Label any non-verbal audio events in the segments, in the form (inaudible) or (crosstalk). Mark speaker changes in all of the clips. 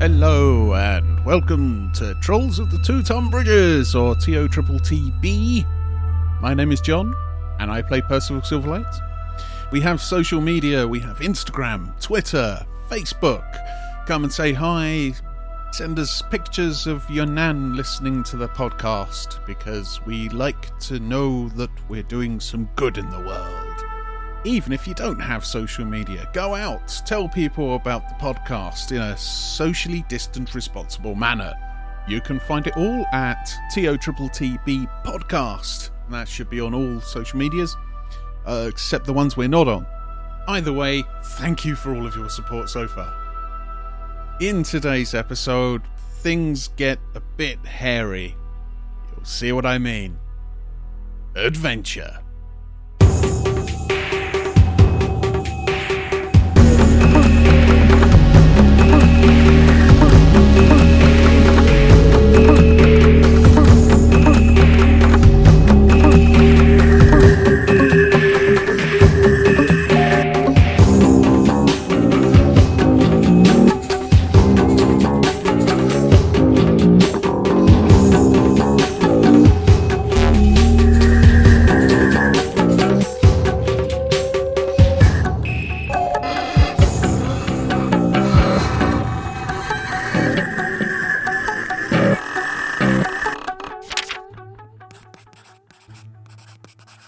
Speaker 1: Hello and welcome to Trolls of the Two Tom Bridges or TO Triple TB. My name is John and I play Percival Silverlight. We have social media, we have Instagram, Twitter, Facebook. Come and say hi. Send us pictures of your nan listening to the podcast because we like to know that we're doing some good in the world even if you don't have social media, go out, tell people about the podcast in a socially distant, responsible manner. You can find it all at TOTTB Podcast. That should be on all social medias, uh, except the ones we're not on. Either way, thank you for all of your support so far. In today's episode, things get a bit hairy. You'll see what I mean. Adventure.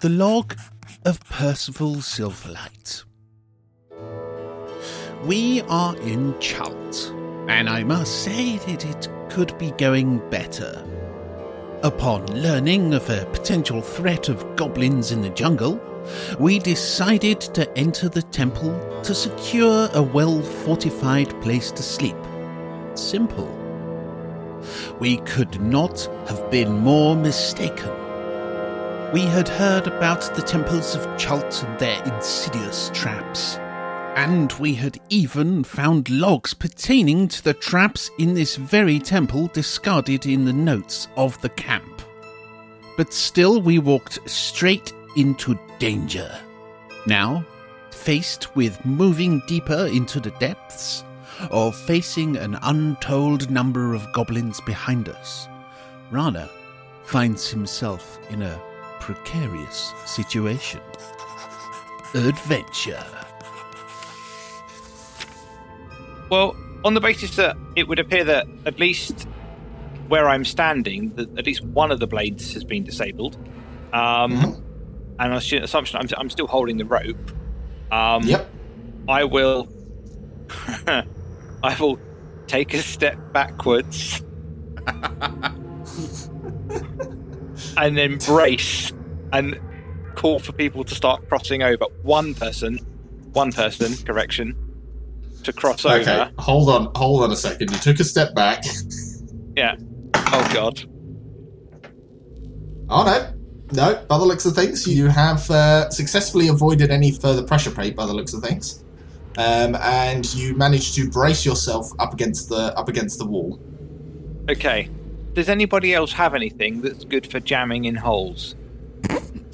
Speaker 1: The Log of Percival Silverlight. We are in Chalt, and I must say that it could be going better. Upon learning of a potential threat of goblins in the jungle, we decided to enter the temple to secure a well fortified place to sleep. Simple. We could not have been more mistaken. We had heard about the temples of Chult and their insidious traps. And we had even found logs pertaining to the traps in this very temple discarded in the notes of the camp. But still, we walked straight into danger. Now, faced with moving deeper into the depths, or facing an untold number of goblins behind us, Rana finds himself in a precarious situation. Adventure.
Speaker 2: Well, on the basis that it would appear that at least where I'm standing, that at least one of the blades has been disabled, um,
Speaker 3: Mm-hmm.
Speaker 2: and on the assumption I'm, I'm still holding the rope, um,
Speaker 3: Yep.
Speaker 2: I will, (laughs) I will take a step backwards,
Speaker 3: (laughs)
Speaker 2: and then brace and call for people to start crossing over. One person, one person, correction, to cross over.
Speaker 3: Okay. Hold on. Hold on a second. You took a step back.
Speaker 2: Yeah. Oh god.
Speaker 3: Oh no. No, by the looks of things, you have uh, successfully avoided any further pressure plate. By the looks of things, um, and you managed to brace yourself up against the up against the wall.
Speaker 2: Okay. Does anybody else have anything that's good for jamming in holes?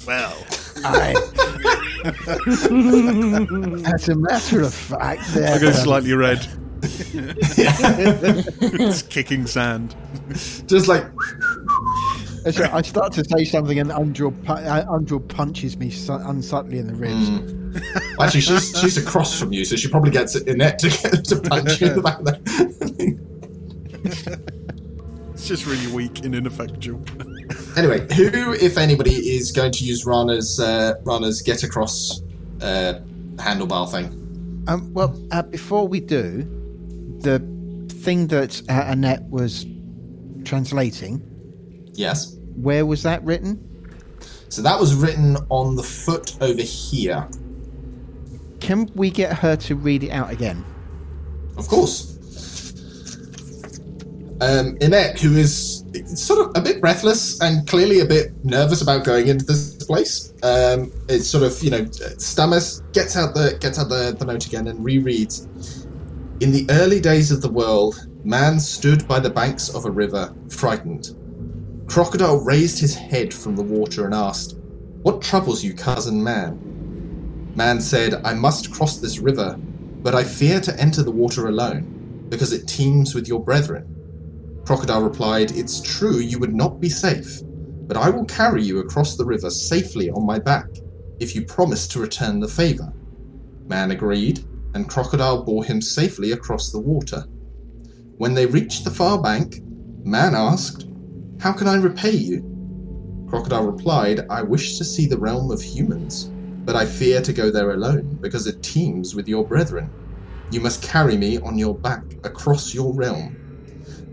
Speaker 1: Well,
Speaker 4: As a matter of fact,
Speaker 1: I
Speaker 4: there,
Speaker 1: go
Speaker 4: um,
Speaker 1: slightly red.
Speaker 5: (laughs)
Speaker 1: it's kicking sand.
Speaker 3: Just like
Speaker 4: as I I start to say something, and Andrew, pu- uh, Andrew punches me su- unsubtly in the ribs.
Speaker 3: well, hmm. actually, she's she's across from you, so she probably gets it in it to, get, to punch you in the back. There.
Speaker 1: It's just really weak and ineffectual.
Speaker 3: anyway, who, if anybody, is going to use Rana's uh, Rana's get across uh, handlebar thing?
Speaker 4: Um, well, uh, before we do, the thing that uh, Annette was translating,
Speaker 3: Yes.
Speaker 4: where was that written?
Speaker 3: So that was written on the foot over here.
Speaker 4: Can we get her to read it out again?
Speaker 3: Of course. Um, Inet, who is sort of a bit breathless and clearly a bit nervous about going into this place, um, it sort of you know stammers, gets out the gets out the, the note again and rereads. In the early days of the world, man stood by the banks of a river, frightened. Crocodile raised his head from the water and asked, "What troubles you, cousin man?" Man said, "I must cross this river, but I fear to enter the water alone. because it teems with your brethren. Crocodile replied, It's true, you would not be safe, but I will carry you across the river safely on my back if you promise to return the favor. Man agreed, and Crocodile bore him safely across the water. When they reached the far bank, Man asked, How can I repay you? Crocodile replied, I wish to see the realm of humans, but I fear to go there alone because it teems with your brethren. You must carry me on your back across your realm.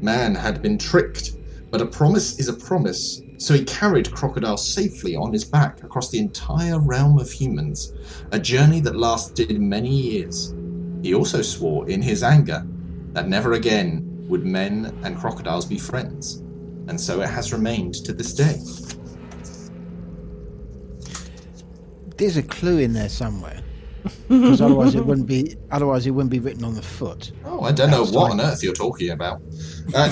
Speaker 3: Man had been tricked, but a promise is a promise, so he carried Crocodile safely on his back across the entire realm of humans, a journey that lasted many years. He also swore in his anger that never again would men and crocodiles be friends, and so it has remained to this day.
Speaker 4: There's a clue in there somewhere. Because otherwise it wouldn't be otherwise it wouldn't be written on the foot.
Speaker 3: Oh, I don't know
Speaker 4: That's
Speaker 3: what on
Speaker 4: right.
Speaker 3: earth you're talking about. Uh,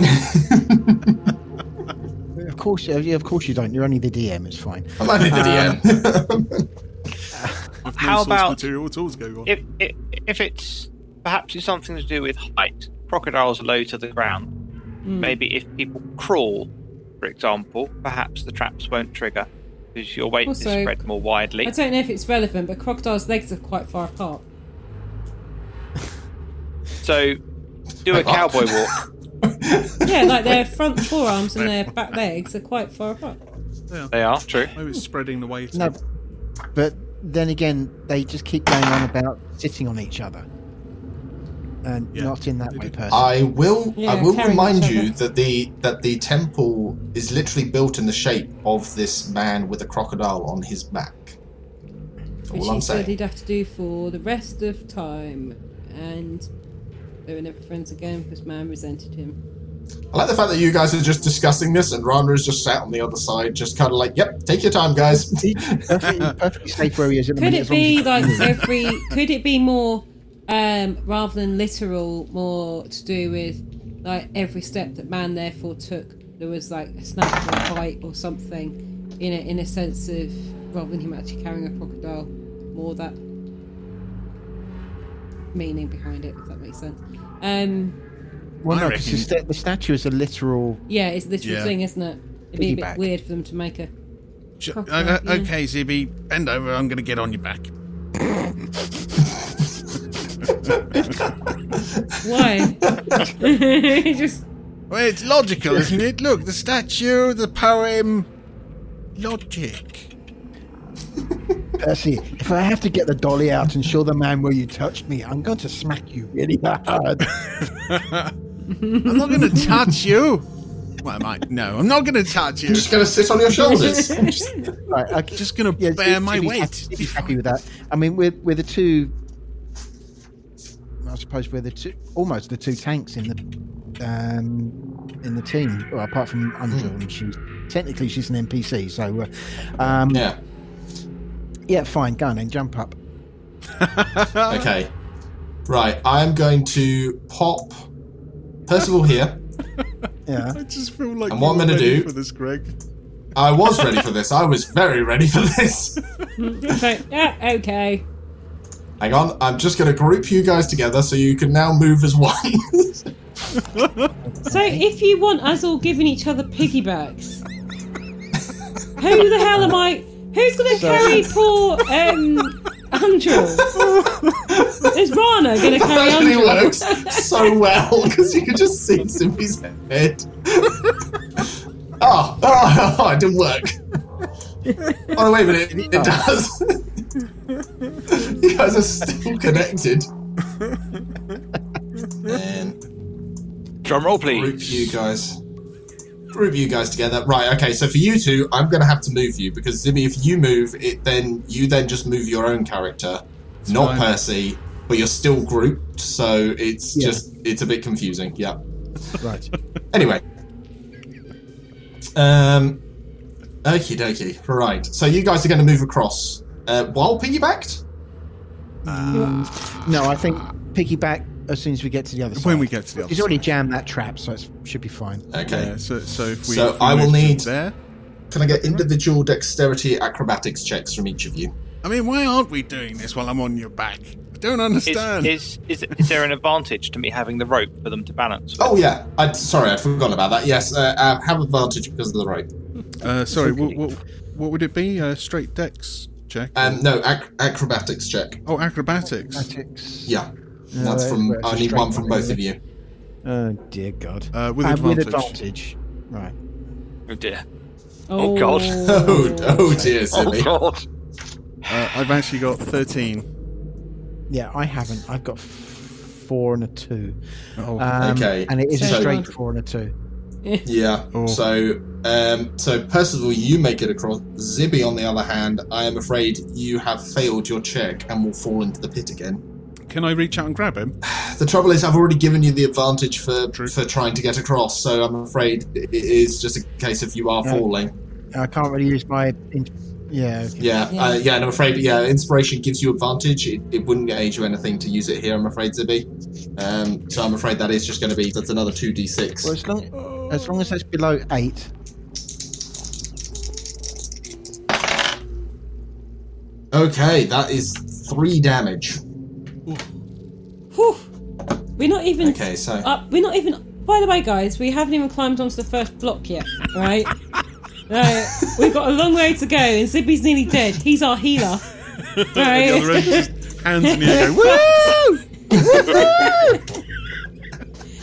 Speaker 4: Of course, uh, yeah, of course you don't. You're only the DM. It's fine.
Speaker 3: I'm only the DM.
Speaker 5: With
Speaker 2: How
Speaker 5: source
Speaker 2: about-
Speaker 5: material at all to go on?
Speaker 2: If, if if it's perhaps it's something to do with height, crocodiles are low to the ground.
Speaker 6: Hmm.
Speaker 2: Maybe if people crawl, for example, perhaps the traps won't trigger because your weight
Speaker 6: Also-
Speaker 2: is spread more widely.
Speaker 6: I don't know if it's relevant, but crocodiles' legs are quite far
Speaker 3: (laughs)
Speaker 6: apart.
Speaker 2: So do a
Speaker 3: Wait, what?
Speaker 2: cowboy (laughs) walk.
Speaker 6: Yeah, like their front forearms and their
Speaker 3: (laughs)
Speaker 6: back legs are quite far apart.
Speaker 2: They are true.
Speaker 5: Maybe it's spreading the weight.
Speaker 4: No, but then again, they just keep going on about sitting on each other, and
Speaker 5: Yeah,
Speaker 4: not in that
Speaker 5: they
Speaker 4: way,
Speaker 5: do.
Speaker 4: person.
Speaker 3: (laughs) I will. I
Speaker 6: Yeah,
Speaker 3: will
Speaker 6: carry
Speaker 3: remind
Speaker 6: each
Speaker 3: you
Speaker 6: other.
Speaker 3: that the that the temple is literally built in the shape of this man with a crocodile on his back.
Speaker 6: Which
Speaker 3: All
Speaker 6: he
Speaker 3: I'm
Speaker 6: said
Speaker 3: saying.
Speaker 6: he'd have to do for the rest of time. And they were never friends again because man resented him.
Speaker 3: I like the fact that you guys are just discussing this, and Rana is just sat on the other side, just kind of like, "Yep, take your time, guys."
Speaker 4: Perfectly, perfectly safe where he is. At the
Speaker 6: Could
Speaker 4: minute, as
Speaker 6: it
Speaker 4: long as
Speaker 6: be
Speaker 4: he-
Speaker 6: like every. Could it be more. Um, rather than literal, more to do with like every step that man therefore took, there was like a snap or a bite or something, in a, in a sense of rather than him actually carrying a crocodile, more that meaning behind it, if that makes sense. Um,
Speaker 4: Well,
Speaker 5: I
Speaker 4: no, 'cause the,
Speaker 5: reckon-
Speaker 4: sta- the statue is a literal.
Speaker 6: Yeah, it's this
Speaker 1: Yeah.
Speaker 6: thing, isn't it? It'd be a bit
Speaker 4: Piggyback.
Speaker 6: weird for them to make a.
Speaker 1: Sh-
Speaker 6: Cock
Speaker 1: uh,
Speaker 6: up,
Speaker 1: uh,
Speaker 6: yeah.
Speaker 1: okay, Zibby, bend over. I'm going to get on your back.
Speaker 6: Why? (laughs)
Speaker 3: (laughs)
Speaker 6: Just (laughs)
Speaker 1: Well, it's logical, isn't it? Look, the statue, the poem. Logic.
Speaker 4: Percy, if I have to get the dolly out and show the man where you touched me, I'm going to smack you really
Speaker 3: (laughs)
Speaker 4: hard.
Speaker 1: I'm not (laughs) going to touch you. Well, I might. No, I'm not going to touch you.
Speaker 3: I'm just going to sit on your
Speaker 6: (laughs)
Speaker 3: shoulders. Just-
Speaker 4: Right, I,
Speaker 1: Just going to
Speaker 4: yeah,
Speaker 5: uh,
Speaker 1: bear my
Speaker 4: Jimmy's
Speaker 1: weight.
Speaker 4: Happy, Jimmy's happy with that. I mean, we're we're the two. I suppose we're the two, almost the two tanks in the, um, in the team. Well, apart from
Speaker 5: Hmm.
Speaker 4: Andrew, and she's technically she's an NPC. So, uh, um, yeah.
Speaker 3: yeah.
Speaker 4: fine, go on and jump up.
Speaker 3: Okay. Right. I am going to pop Percival here.
Speaker 4: Yeah,
Speaker 5: I just feel like
Speaker 3: And what I'm
Speaker 5: you're
Speaker 3: gonna
Speaker 5: ready
Speaker 3: do-
Speaker 5: for this, Greg.
Speaker 3: I was ready for this. I was very ready for this.
Speaker 6: so, yeah, "Ah, okay.
Speaker 3: Hang on, I'm just going to group you guys together so you can now move as one.
Speaker 6: So if you want us all giving each other piggybacks, who the hell am I? Who's gonna carry poor um Andrew? Is Rana gonna carry
Speaker 3: that actually
Speaker 6: Andrew?
Speaker 3: works so well because you can just see Simpy's head. oh, oh, oh, it didn't work. Oh, no, wait a minute, it does. you guys are still connected. And
Speaker 2: Drum roll,
Speaker 3: group
Speaker 2: please.
Speaker 3: you guys. Group you guys together. Right, okay, so for you two, I'm gonna have to move you because Zimmy, if you move, it then you then just move your own character, not
Speaker 5: fine.
Speaker 3: Percy, but you're still grouped, so it's
Speaker 4: Yeah.
Speaker 3: just it's a bit confusing. Yeah.
Speaker 4: right.
Speaker 3: (laughs) Anyway. Um Okie dokie. Right. So you guys are gonna move across. Uh, while piggybacked?
Speaker 4: No, I think piggyback as soon as we get to the other side.
Speaker 5: When we get to the other
Speaker 4: he's already
Speaker 5: side.
Speaker 4: jammed that trap, so it should be fine.
Speaker 3: Okay.
Speaker 5: Yeah, so, so if we,
Speaker 3: So
Speaker 5: if we
Speaker 3: I will
Speaker 5: move to
Speaker 3: need-
Speaker 5: there.
Speaker 3: Can I get individual dexterity acrobatics checks from each of you?
Speaker 1: I mean, why aren't we doing this while I'm on your back?
Speaker 5: I don't understand.
Speaker 2: Is, is is is there an advantage to me having the rope for them to balance?
Speaker 3: Oh yeah, I sorry, I'd forgotten about that. Yes, uh, uh, have advantage because of the rope.
Speaker 5: uh, sorry, what, what, what would it be? Uh, straight dex check?
Speaker 3: Um, no, ac- acrobatics check.
Speaker 5: oh, acrobatics.
Speaker 4: Tactics.
Speaker 3: Yeah,
Speaker 4: No,
Speaker 3: that's
Speaker 4: it
Speaker 3: from.
Speaker 4: works.
Speaker 3: I need
Speaker 4: Straight
Speaker 3: one from both of you.
Speaker 4: Oh dear God.
Speaker 5: Uh, with,
Speaker 4: Uh,
Speaker 5: advantage.
Speaker 4: advantage. Right.
Speaker 2: Oh dear!
Speaker 6: Oh,
Speaker 3: (laughs)
Speaker 2: God.
Speaker 3: Oh, oh dear, silly.
Speaker 2: God!
Speaker 5: Uh, I've actually got 13.
Speaker 4: Yeah, I haven't. I've got f- four and a two.
Speaker 5: Oh,
Speaker 4: Um,
Speaker 3: Okay,
Speaker 4: And it is a
Speaker 3: so-
Speaker 4: straight four and a two.
Speaker 3: Yeah.
Speaker 5: Oh.
Speaker 3: So, um, so Percival, you make it across. Zibby, on the other hand, I am afraid you have failed your check and will fall into the pit again.
Speaker 5: can I reach out and grab
Speaker 6: (laughs)
Speaker 5: him?
Speaker 3: The trouble is, I've already given you the advantage for
Speaker 5: True.
Speaker 3: for trying to get across. So I'm afraid it is just a case of you are
Speaker 4: Yeah.
Speaker 3: falling.
Speaker 4: I can't really use my. In- yeah.
Speaker 3: Yeah, yeah. Uh, yeah and I'm afraid, yeah, inspiration gives you advantage. It, it wouldn't age you anything to use it here. I'm afraid, Zibby. Um, so I'm afraid that is just going to be that's another two d
Speaker 4: Well,
Speaker 3: six.
Speaker 4: as long as long as that's below
Speaker 3: (laughs)
Speaker 4: eight.
Speaker 3: Okay, that is three damage.
Speaker 6: Whew. We're not even
Speaker 3: Okay, so
Speaker 6: up. We're not even. By the way, guys, we haven't even climbed onto the first block yet,
Speaker 3: (laughs)
Speaker 6: right? No, we've got a long way to go, and Zibby's nearly dead. He's
Speaker 3: (laughs)
Speaker 6: our healer,
Speaker 5: The other
Speaker 6: right?
Speaker 5: end just hands in the air going, Woo!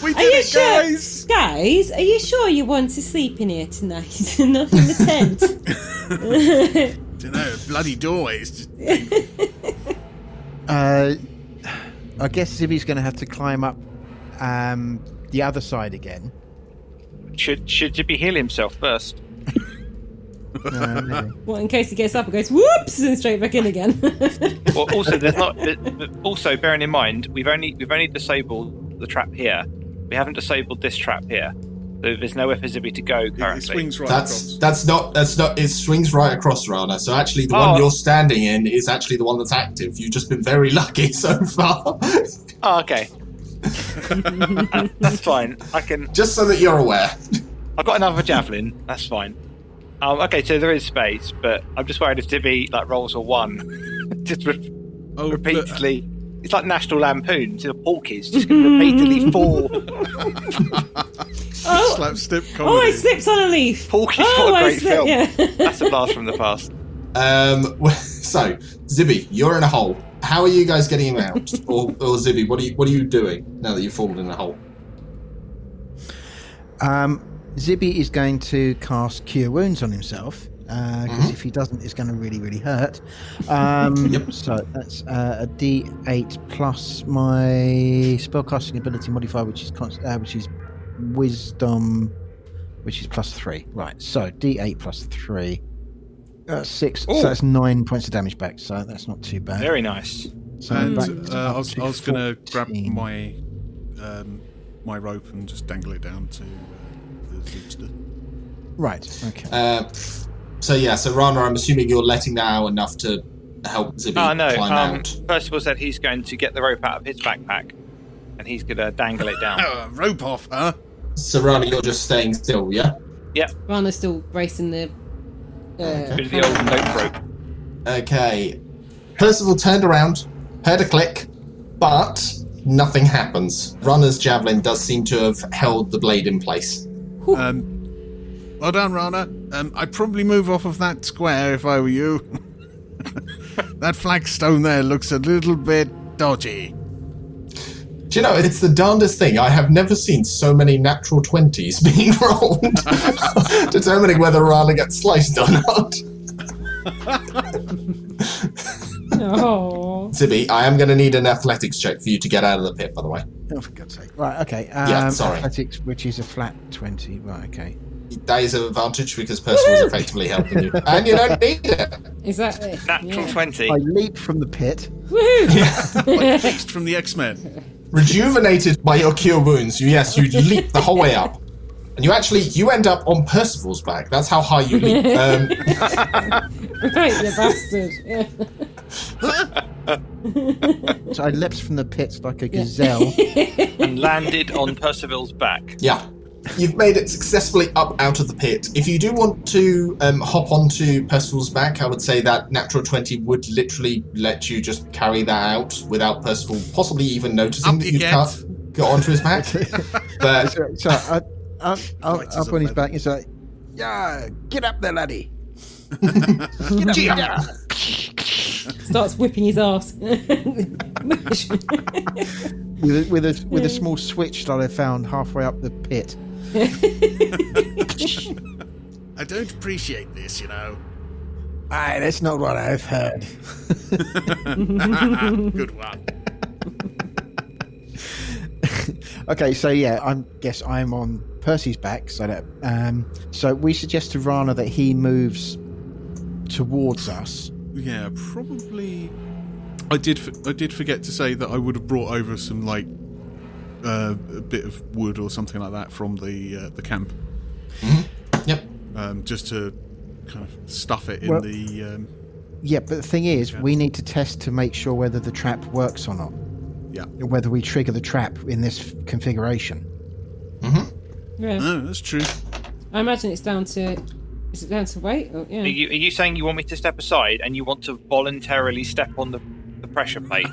Speaker 5: we
Speaker 6: Are you
Speaker 5: did it,
Speaker 6: sure,
Speaker 5: guys!
Speaker 6: guys? Are you sure you want to sleep in here tonight, (laughs) and not in
Speaker 2: (laughs)
Speaker 6: the tent?
Speaker 5: Dunno, bloody doorways. Just-
Speaker 4: Uh, I guess Zibby's going to have to climb up um, the other
Speaker 3: (laughs)
Speaker 4: side again.
Speaker 2: Should should Jibby heal himself first?
Speaker 4: Uh, maybe.
Speaker 6: Well, in case he gets up and goes whoops and straight back
Speaker 2: (laughs)
Speaker 6: in again. Oh,
Speaker 2: Well, also, there's not. but- but Also, bearing in mind, we've only we've only disabled the trap here. We haven't disabled this trap here. So there's nowhere for Zibby to go
Speaker 5: It,
Speaker 2: currently.
Speaker 5: it swings right
Speaker 3: That's that's not that's not it swings right across Rana. So actually the
Speaker 2: Oh.
Speaker 3: one you're standing in is actually the one that's active. You've just been very (laughs) lucky so far. (laughs)
Speaker 2: Oh, okay. Uh, that's fine. I can.
Speaker 3: just so that you're aware.
Speaker 2: I've got another javelin. That's fine. Um, okay, so there is space, but I'm just worried if Zibby like rolls a one, (laughs) just re-
Speaker 5: across. Oh, but- uh,
Speaker 2: repeatedly. It's like National Lampoon. The porkies just going
Speaker 5: (laughs)
Speaker 2: to repeatedly fall.
Speaker 6: oh,
Speaker 5: slapstick comedy.
Speaker 6: oh, I slipped on a leaf.
Speaker 2: Porky's
Speaker 6: oh,
Speaker 2: got a
Speaker 6: I
Speaker 2: great film.
Speaker 6: slipped.
Speaker 2: (laughs)
Speaker 6: Yeah.
Speaker 2: That's a blast from the past.
Speaker 3: Um (laughs) so Zibby, you're in a hole. How are you guys getting him out? or or Zibby, what are you what are you doing now that you've fallen in a hole?
Speaker 4: Um, Zibby is going to cast Cure Wounds on himself because
Speaker 5: Mm-hmm.
Speaker 4: if he doesn't, it's going to really, really hurt.
Speaker 5: (laughs)
Speaker 4: Um,
Speaker 3: Yep.
Speaker 4: So that's uh, a D8 plus my spellcasting ability modifier, which is const- uh, which is Wisdom, which is plus three. Right. So D8 plus three. That's six.
Speaker 5: Oh.
Speaker 2: Ooh.
Speaker 4: So that's nine points of damage back. So that's not too bad.
Speaker 2: Very nice.
Speaker 4: So
Speaker 5: And
Speaker 4: back to
Speaker 5: uh,
Speaker 4: up
Speaker 5: I was,
Speaker 4: to
Speaker 5: I was going to grab
Speaker 4: 14.
Speaker 5: my um, my rope and just dangle it down to uh, the zoopster.
Speaker 4: Right. Okay.
Speaker 3: Uh, so yeah, so Rana, I'm assuming you're letting now enough to help Zibby
Speaker 2: Oh no!
Speaker 3: climb
Speaker 2: Um,
Speaker 3: out.
Speaker 2: Percival said he's going to get the rope out of his backpack, and he's going to dangle it
Speaker 7: (laughs)
Speaker 2: down.
Speaker 5: Uh, rope off, huh?
Speaker 3: So Rana, you're just staying still, yeah?
Speaker 6: Rana's still bracing the. Uh,
Speaker 2: Bit of the old note rope.
Speaker 3: Okay. Percival turned around, heard a click, but nothing happens. Runner's javelin does seem to have held the blade in place.
Speaker 5: Um, well done, Rana. Um, I'd probably move off of that square if I were you. (laughs) that flagstone there looks a little bit dodgy.
Speaker 3: Do you know, it's the darndest thing. I have never seen so many natural 20s (laughs) being rolled, determining whether Rana gets sliced or not.
Speaker 6: oh.
Speaker 3: Zibby, I am going to need an athletics check for you to get out of the pit, by the way.
Speaker 4: Oh, for God's sake. Right, okay. Um,
Speaker 3: Yeah, sorry.
Speaker 4: Athletics, which is a flat 20. Right, okay.
Speaker 3: That is an advantage because Percival's
Speaker 6: Woohoo!
Speaker 3: effectively helping you. And you don't need it.
Speaker 6: Is that it?
Speaker 2: Natural
Speaker 6: yeah.
Speaker 2: twenty.
Speaker 4: I leap from the pit.
Speaker 6: Woohoo!
Speaker 5: Next from the X Men.
Speaker 3: rejuvenated by your cure wounds you yes you leap the whole way up and you actually you end up on percival's back that's how high you leap um,
Speaker 6: (laughs) right, you bastard. Yeah.
Speaker 4: So I (laughs) leapt from the pit like a gazelle.
Speaker 2: and landed on Percival's back.
Speaker 3: yeah you've made it successfully up out of the pit. If you do want to um, hop onto Percival's back, I would say that natural twenty would literally let you just carry that out without Percival possibly even noticing
Speaker 5: Up
Speaker 3: that
Speaker 5: you
Speaker 3: you
Speaker 5: get.
Speaker 3: can't get onto
Speaker 5: (laughs)
Speaker 3: his back. but
Speaker 4: So, so I, I, I,
Speaker 5: Right,
Speaker 4: up
Speaker 5: it's
Speaker 4: on his
Speaker 5: a
Speaker 4: back and say, "Yeah, get up there, laddie."
Speaker 6: Starts whipping his (laughs) ass.
Speaker 4: With a, with a with a small switch that I found halfway up the pit.
Speaker 5: I don't appreciate this, you know.
Speaker 4: Aye, that's not what I've heard.
Speaker 5: Good one.
Speaker 4: Okay, so yeah, I guess I'm on Percy's back. So that um, so we suggest to Rana that he moves towards us.
Speaker 7: Yeah, probably. I did. f- I did forget to say that I would have brought over some like uh, a bit of wood or something like that from the uh, the camp,
Speaker 3: yep,
Speaker 7: um, just to kind of stuff it in
Speaker 4: Well-
Speaker 7: the. Um,
Speaker 4: Yeah, but the thing is, we need to test to make sure whether the trap works or not,
Speaker 7: yeah.
Speaker 4: whether we trigger the trap in this configuration.
Speaker 6: yeah.
Speaker 7: No, that's true.
Speaker 6: I imagine it's down to. Is it down to weight? Or,
Speaker 2: Are
Speaker 6: yeah.
Speaker 2: you, are you saying you want me to step aside and you want to voluntarily step on the, the pressure plate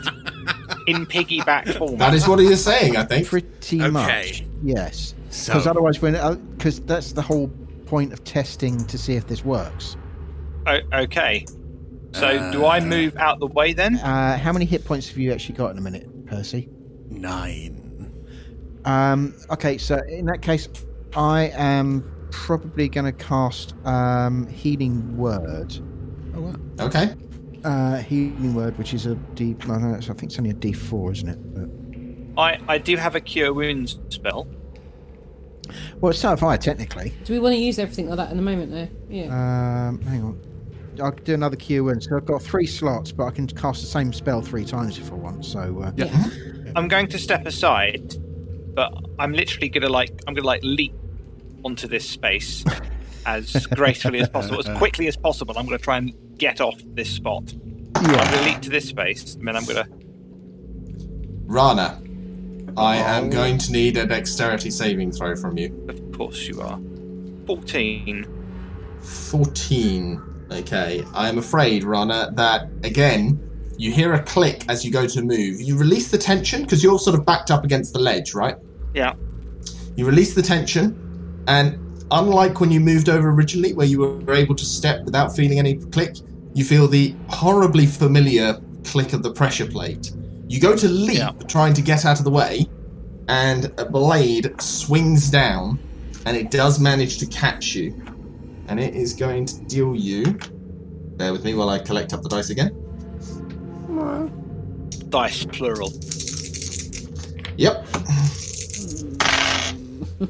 Speaker 2: in piggyback form?
Speaker 3: that is what he is saying. I think.
Speaker 4: Pretty
Speaker 5: Okay.
Speaker 4: much, yes.
Speaker 1: So,
Speaker 4: Because otherwise, when because that's the whole point of testing to see if this works.
Speaker 2: O- okay. So do I move out the way then?
Speaker 4: Uh, how many hit points have you actually got in a minute, Percy?
Speaker 5: Nine.
Speaker 4: Um, okay, so in that case, I am probably going to cast um, Healing Word.
Speaker 7: Oh wow.
Speaker 3: Okay.
Speaker 4: Uh, healing Word, which is a D. I, don't know, it's- I think it's only a D4, isn't it? But,
Speaker 2: I, I do have a cure wounds spell.
Speaker 4: well, it's not fire technically.
Speaker 6: Do we want to use everything like that in the moment though? Yeah.
Speaker 2: Uh,
Speaker 4: Um, hang on. I could do another Q win. So I've got three slots, but I can cast the same spell three times if I want. So uh,
Speaker 6: yeah.
Speaker 2: I'm going to step aside, but I'm literally gonna like I'm gonna like leap onto this space as gracefully as possible, as quickly as possible. I'm gonna try and get off this spot. I'm gonna leap to this space, and then I'm gonna
Speaker 3: Rana, I am going to need a dexterity saving throw from you.
Speaker 2: of course you are. Fourteen.
Speaker 3: 14. Okay. I am afraid, Rana, that again, you hear a click as you go to move. You release the tension because you're sort of backed up against the ledge, right?
Speaker 2: Yeah.
Speaker 3: You release the tension, and unlike when you moved over originally, where you were able to step without feeling any click, you feel the horribly familiar click of the pressure plate. You go to leap,
Speaker 2: Yeah.
Speaker 3: trying to get out of the way, and a blade swings down, and it does manage to catch you. And it is going to deal you. Bear with me while I collect up the dice again.
Speaker 2: Dice plural.
Speaker 3: Yep.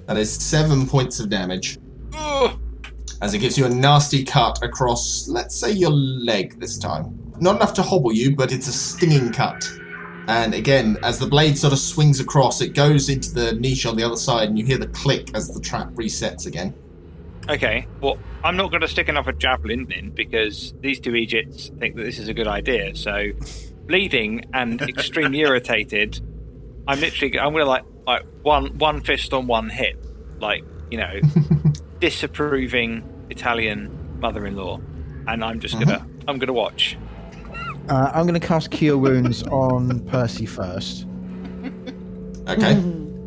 Speaker 3: That is seven points of damage. As it gives you a nasty cut across, let's say, your leg this time. Not enough to hobble you, but it's a stinging cut. And again, as the blade sort of swings across, it goes into the niche on the other side, and you hear the click as the trap resets again.
Speaker 2: Okay. Well, I'm not going to stick another javelin in because these two Egypts think that this is a good idea. So, bleeding and extremely irritated, I'm literally I'm going to like like one one fist on one hip, like you know, disapproving Italian mother-in-law, and I'm just gonna I'm gonna watch.
Speaker 4: uh, I'm going to cast Cure Wounds on Percy first.
Speaker 3: Okay.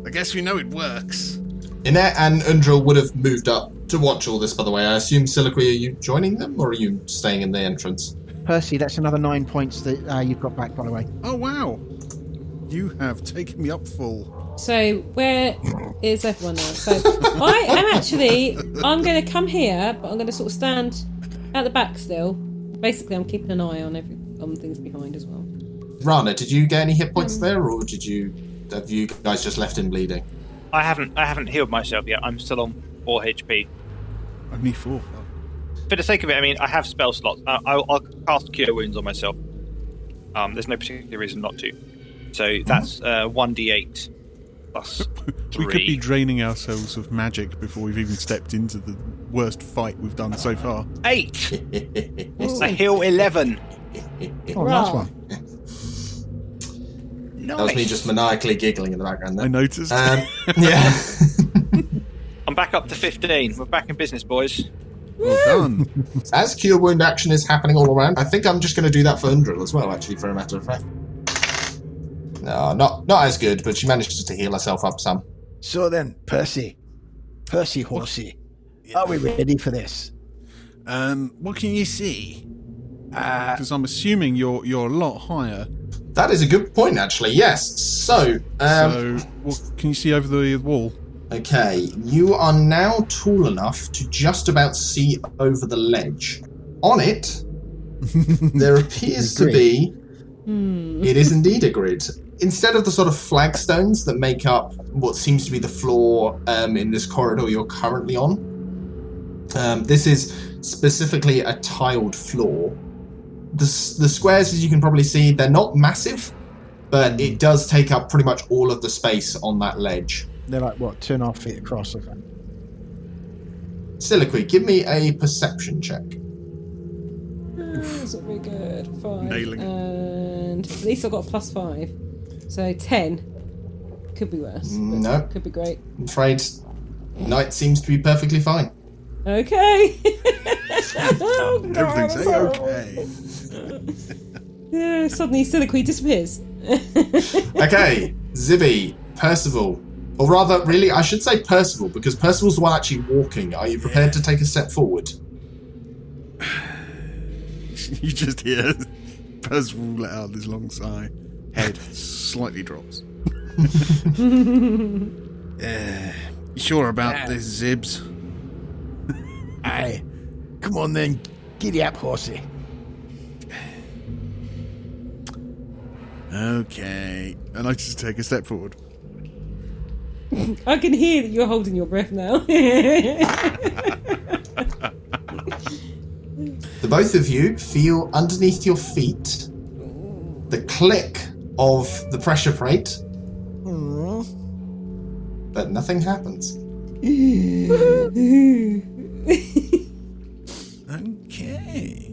Speaker 5: I guess we know it works.
Speaker 3: Inet and Undra would have moved up to watch all this, by the way. I assume, Siliqui, are you joining them, or are you staying in the entrance?
Speaker 4: Percy, that's another nine points that uh, you've got back, by the way.
Speaker 7: Oh wow. You have taken me up full.
Speaker 6: So where is everyone now? So I am actually I'm going to come here, but I'm going to sort of stand at the back still. Basically, I'm keeping an eye on every on things behind as well.
Speaker 3: Rana, did you get any hit points there, or did you have you guys just left him bleeding? (laughs)
Speaker 2: I haven't I haven't healed myself yet. I'm still on four HP.
Speaker 7: Only four.
Speaker 2: For the sake of it, I mean, I have spell slots. I, I'll, I'll cast Cure Wounds on myself. Um, there's no particular reason not to. So that's uh, 1d8 plus 3.
Speaker 7: We could be draining ourselves of magic before we've even stepped into the worst fight we've done so far.
Speaker 2: 8! I heal 11.
Speaker 4: Oh, nice
Speaker 6: Right.
Speaker 4: one.
Speaker 2: Nice.
Speaker 3: That was me just maniacally giggling in the background Um,
Speaker 7: I (laughs)
Speaker 3: there.
Speaker 7: noticed.
Speaker 3: Um, yeah.
Speaker 2: I'm back up to 15. We're back in business, boys.
Speaker 7: Well done.
Speaker 3: (laughs) As cure wound action is happening all around, I think I'm just going to do that for Undril as well, actually, for a matter of fact. No, not not as good, but she manages to heal herself up some.
Speaker 4: So then, Percy, Percy Horsey, are we ready for this?
Speaker 7: Um, what can you see?
Speaker 4: Uh,
Speaker 7: Because I'm assuming you're you're a lot higher.
Speaker 3: That is a good point, actually. Yes. So, um,
Speaker 7: so what can you see over the wall?
Speaker 3: Okay, you are now tall enough to just about see over the ledge. On it, there appears to
Speaker 4: Grid.
Speaker 3: be. It is indeed a grid. Instead of the sort of flagstones that make up what seems to be the floor um, in this corridor you're currently on, um, this is specifically a tiled floor. The, s- the squares, as you can probably see, they're not massive, but it does take up pretty much all of the space on that ledge.
Speaker 4: They're like what, two and a half feet across or something.
Speaker 3: Siliqui, give me a perception check.
Speaker 6: That's not Ah, very good. Five.
Speaker 7: Nailing it.
Speaker 6: And at least I got a plus five. So ten. Could be worse. but
Speaker 3: No.
Speaker 6: Could be great.
Speaker 3: I'm afraid night seems to be perfectly fine.
Speaker 6: Okay. (laughs) oh, God,
Speaker 7: Everything's
Speaker 6: that's horrible.
Speaker 7: okay.
Speaker 6: Yeah, suddenly Siliqui disappears. (laughs)
Speaker 3: Okay, Zibby, Percival, or rather, really, I should say Percival because Percival's the one actually walking. Are you prepared to take a step forward?
Speaker 7: (laughs) you just hear Percival let out this long sigh. Head slightly (laughs) drops. Eh, you sure about this, Zibs?
Speaker 4: Aye, come on then, giddy up, Horsey.
Speaker 7: Okay. And I just take a step forward.
Speaker 6: I can hear that you're holding your breath now. (laughs)
Speaker 3: The both of you feel underneath your feet the click of the pressure plate, but nothing happens.
Speaker 7: Okay.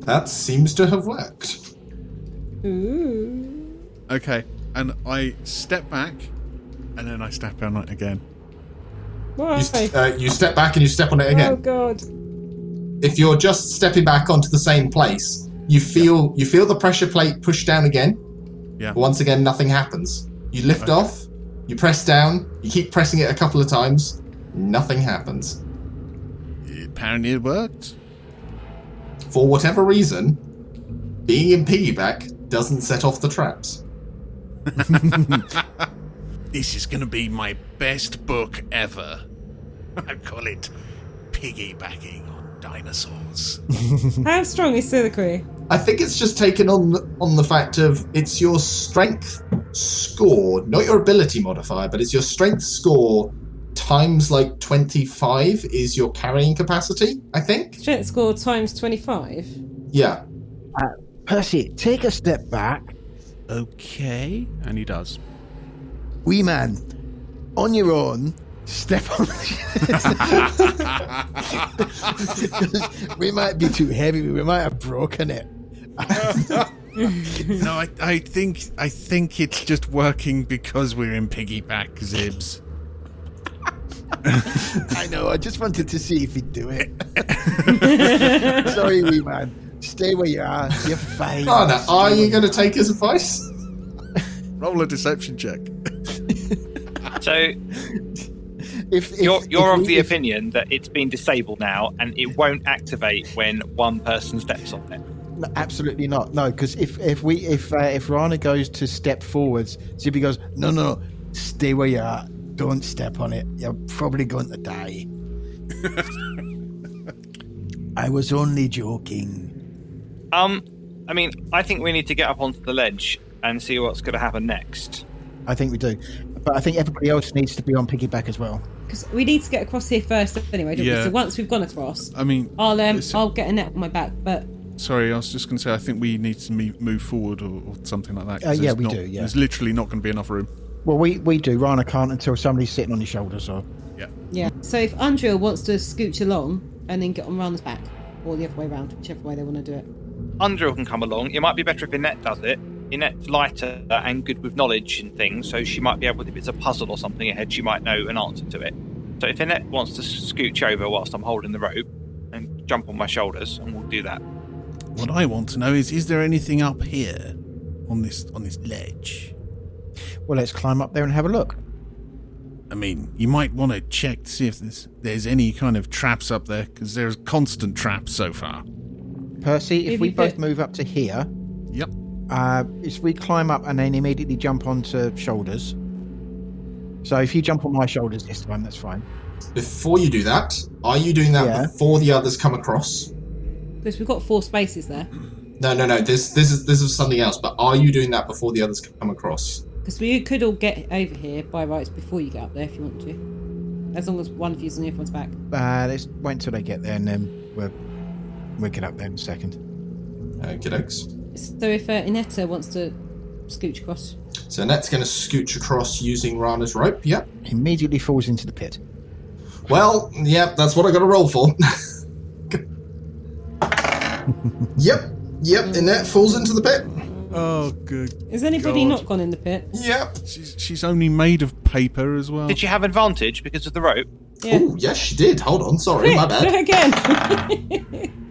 Speaker 3: That seems to have worked.
Speaker 6: Ooh.
Speaker 7: Okay. And I step back and then I step on it again.
Speaker 6: Why?
Speaker 3: You, st- uh, you step back and you step on it again.
Speaker 6: Oh God.
Speaker 3: if you're just stepping back onto the same place, you feel you feel the pressure plate push down again.
Speaker 7: Yeah.
Speaker 3: But once again, nothing happens. You lift off, you press down, you keep pressing it a couple of times, nothing happens.
Speaker 7: Apparently it worked.
Speaker 3: For whatever reason, being in piggyback doesn't set off the traps.
Speaker 5: This is going to be my best book
Speaker 1: (laughs)
Speaker 5: ever. I call it Piggybacking on Dinosaurs.
Speaker 6: How strong is Siliqui?
Speaker 3: I think it's just taken on on the fact of it's your strength score, not your ability modifier, but it's your strength score times like 25 is your carrying capacity, I think.
Speaker 6: Strength score times twenty-five.
Speaker 3: Yeah.
Speaker 4: Uh, Percy, take a step back,
Speaker 1: Okay.
Speaker 7: And he does.
Speaker 4: wee man, on your own. Step on. (laughs) we might be too heavy. We might have broken it.
Speaker 7: No, I, I think I think it's just working because we're in piggyback, Zibs.
Speaker 4: I know. I just wanted to see if he'd do it. (laughs) Sorry, wee man. Stay where you are. You're fine.
Speaker 2: Oh,
Speaker 3: Anna, are you going to take his advice?
Speaker 7: Roll a deception check.
Speaker 2: So
Speaker 4: If, if-
Speaker 2: you're,
Speaker 4: if
Speaker 2: you're of
Speaker 4: we-
Speaker 2: the
Speaker 4: if-
Speaker 2: opinion that it's been disabled now and it won't activate when one person steps on it.
Speaker 4: No, absolutely not. No, because if if we if uh, if Rana goes to step forwards, Zibby goes, no, no, stay where you are. Don't step on it. You're probably going to die. I was only joking.
Speaker 2: Um, I mean, I think we need to get up onto the ledge and see what's going to happen next.
Speaker 4: I think we do, but I think everybody else needs to be on piggyback as well.
Speaker 6: Because we need to get across here first anyway. Don't we?
Speaker 7: Yeah. Uh,
Speaker 6: So once we've gone across,
Speaker 7: I mean,
Speaker 6: I'll um,
Speaker 7: it's-
Speaker 6: I'll get a net on my back. But
Speaker 7: sorry, I was just going to say I think we need to me- move forward or, or something like that. 'cause
Speaker 4: Uh, yeah,
Speaker 7: there's
Speaker 4: we
Speaker 7: not-
Speaker 4: do, yeah.
Speaker 7: there's literally not going to be enough room.
Speaker 4: Well, we we do. Rana can't until somebody's sitting on his shoulders. Or
Speaker 7: Yeah.
Speaker 6: yeah. So if Andrea wants to scooch along and then get on Rana's back, or the other way around, whichever way they want to do it.
Speaker 2: Andrew can come along. It might be better if Inette does it. Inette's lighter and good with knowledge and things, so she might be able, if it's a puzzle or something ahead, she might know an answer to it. So if Annette wants to scooch over whilst I'm holding the rope and jump on my shoulders, and we'll do that.
Speaker 1: What I want to know is is there anything up here on this on this ledge?
Speaker 4: Well, let's climb up there and have a look.
Speaker 1: I mean, you might want to check to see if there's, there's any kind of traps up there because there's constant traps so far.
Speaker 4: Percy, if
Speaker 6: If
Speaker 4: we
Speaker 6: you
Speaker 4: both
Speaker 6: fit-
Speaker 4: move up to here,
Speaker 7: Yep.
Speaker 4: uh, if we climb up and then immediately jump onto shoulders. So if you jump on my shoulders this time, that's fine.
Speaker 3: Before you do that, are you doing that
Speaker 4: Yeah.
Speaker 3: before the others come across?
Speaker 6: Because we've got four spaces there.
Speaker 3: No, no, no. This, this is this is something else. But are you doing that before the others come across?
Speaker 6: Because we could all get over here by rights before you get up there if you want to. As long as one of you's on the other one's back.
Speaker 4: Uh, let's wait until they get there and then we'll, we'll get up there in a second.
Speaker 3: Uh, dokes.
Speaker 6: So if uh, Inetta wants to scooch across,
Speaker 3: So Annette's going to scooch across using Rana's rope. Yep.
Speaker 4: Immediately falls into the pit.
Speaker 3: Well, yep. That's what I got to roll for. (laughs) yep. Yep. Annette falls into the pit.
Speaker 7: Oh, good.
Speaker 6: has anybody
Speaker 7: God.
Speaker 6: not gone in the pit?
Speaker 3: Yep.
Speaker 7: She's, she's only made of paper as well.
Speaker 2: Did you have advantage because of the rope?
Speaker 6: Yeah.
Speaker 3: Oh, yes, she did. Hold on. Sorry, my
Speaker 6: Quick, (laughs)
Speaker 3: bad.
Speaker 6: do it again. (laughs)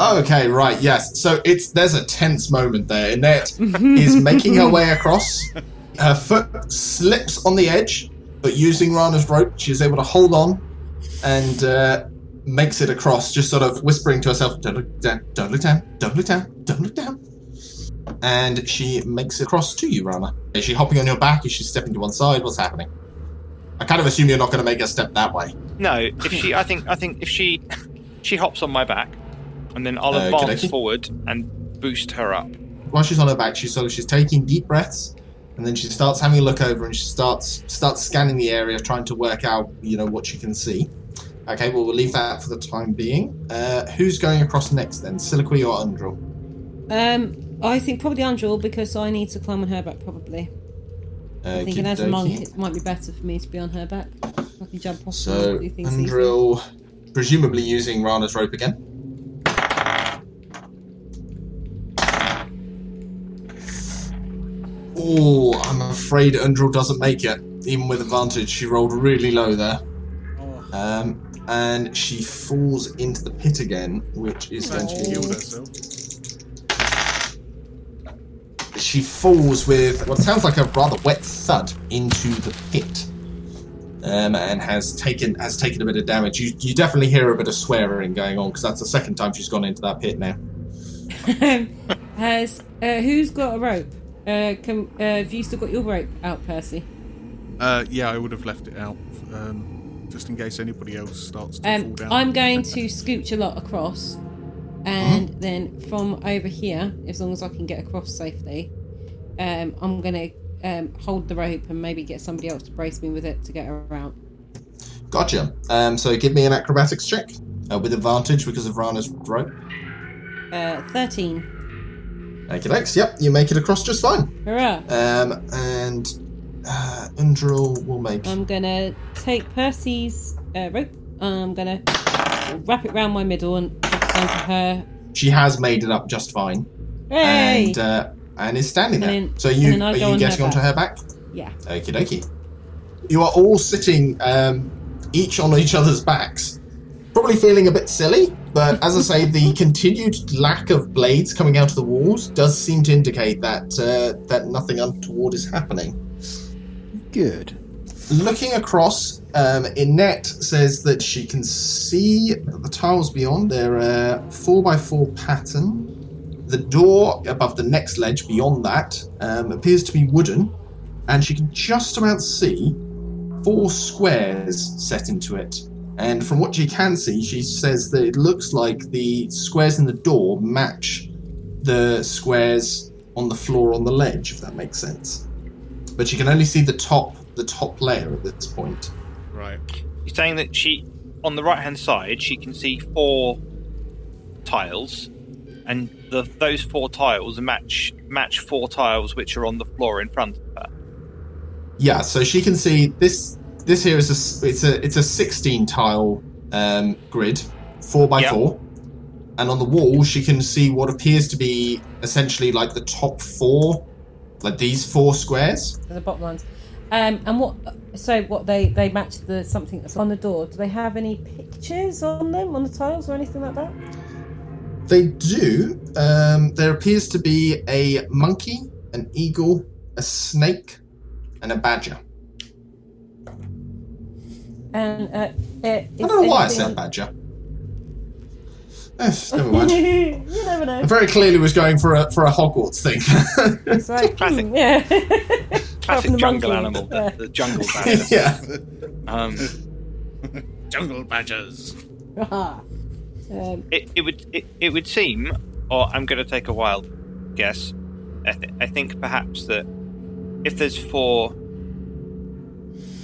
Speaker 3: Okay, right, yes. So it's there's a tense moment there. Annette is making her way across. Her foot slips on the edge, but using Rana's rope, she's able to hold on and uh, makes it across, just sort of whispering to herself, "Don't look down, don't look down, don't look down, don't look down." And she makes it across to you, Rana. Is she hopping on your back? Is she stepping to one side? What's happening? I kind of assume you're not going to make her step that way.
Speaker 2: No. If she, I think, I think if she, (laughs) she hops on my back, and then I'll
Speaker 3: Uh,
Speaker 2: advance
Speaker 3: okey-dokey.
Speaker 2: forward and boost her up.
Speaker 3: while she's on her back, she's sort of she's taking deep breaths, and then she starts having a look over and she starts starts scanning the area, trying to work out you know what she can see. Okay, well we'll leave that for the time being. Uh, who's going across next then, Siliqui or Undril?
Speaker 6: um, I think probably Andrew because I need to climb on her back probably.
Speaker 3: Uh,
Speaker 6: I'm thinking as a monk,
Speaker 3: Okey-dokey.
Speaker 6: it might be better for me to be on her back. I can jump off
Speaker 3: So
Speaker 6: and do things easily.
Speaker 3: Undril, presumably using Rana's rope again. Oh, I'm afraid Undril doesn't make it, even with advantage. She rolled really low there. Um, and she falls into the pit again, which is going to be
Speaker 7: Killed herself.
Speaker 3: she falls with what sounds like a rather wet thud into the pit, um, and has taken has taken a bit of damage. You you definitely hear a bit of swearing going on because that's the second time she's gone into that pit now.
Speaker 6: Has uh, who's got a rope? Uh, can, uh, have you still got your rope out, Percy?
Speaker 7: Uh, yeah, I would have left it out, um, just in case anybody else starts to fall
Speaker 6: Um,
Speaker 7: down.
Speaker 6: I'm going to scooch a lot across, and then from over here, as long as I can get across safely, um, I'm going to um, hold the rope and maybe get somebody else to brace me with it to get her out.
Speaker 3: Gotcha. Um, so give me an acrobatics check uh, with advantage because of Rana's rope.
Speaker 6: Uh, Thirteen,
Speaker 3: Thank you, Lex. Yep, you make it across just fine.
Speaker 6: hurrah!
Speaker 3: Um, and uh, Undril will make.
Speaker 6: I'm gonna take Percy's uh, rope. I'm gonna wrap it round my middle and drop it down to her.
Speaker 3: She has made it up just fine,
Speaker 6: Hey!
Speaker 3: and uh, and is standing
Speaker 6: And
Speaker 3: there.
Speaker 6: then-
Speaker 3: so
Speaker 6: and
Speaker 3: you
Speaker 6: then I
Speaker 3: are
Speaker 6: go
Speaker 3: you
Speaker 6: on her
Speaker 3: getting onto
Speaker 6: back.
Speaker 3: her back?
Speaker 6: yeah.
Speaker 3: Okie dokie. You are all sitting um, each on each other's backs. Probably feeling a bit silly, but as I (laughs) say, the continued lack of blades coming out of the walls does seem to indicate that uh, that nothing untoward is happening
Speaker 4: Good.
Speaker 3: looking across, um, Inette says that she can see the tiles beyond. They're a four by four pattern. The door above the next ledge beyond that um, appears to be wooden, and she can just about see four squares set into it. And from what she can see, she says that it looks like the squares in the door match the squares on the floor on the ledge, if that makes sense but you can only see the top the top layer at this point.
Speaker 7: Right.
Speaker 2: You're saying that she, on the right hand side, she can see four tiles, and the, those four tiles match match four tiles which are on the floor in front of her.
Speaker 3: Yeah, so she can see this this here is a s- it's a it's a 16 tile um, grid, 4 by
Speaker 2: Yeah.
Speaker 3: 4. And on the wall she can see what appears to be essentially like the top four like these four squares.
Speaker 6: the bottom ones. Um, and what? So what they they match the something that's on the door. Do they have any pictures on them on the tiles or anything like that?
Speaker 3: They do. Um, there appears to be a monkey, an eagle, a snake, and a badger.
Speaker 6: And uh, it,
Speaker 3: I don't know why I said badger. Eh, never
Speaker 6: (laughs)
Speaker 3: mind.
Speaker 6: you never know.
Speaker 3: I very clearly was going for a for a Hogwarts thing.
Speaker 6: It's like
Speaker 2: Classic.
Speaker 6: hmm, yeah. (laughs) Apart from
Speaker 2: Classic
Speaker 6: the
Speaker 2: jungle
Speaker 6: monkey. (laughs)
Speaker 2: animal, the, the jungle badger.
Speaker 3: (laughs) (laughs) yeah.
Speaker 2: Um,
Speaker 1: Jungle badgers.
Speaker 6: Yeah. Ah. Um,
Speaker 2: it, it would it, it would seem, or I'm going to take a wild guess. I, th- I think perhaps that if there's four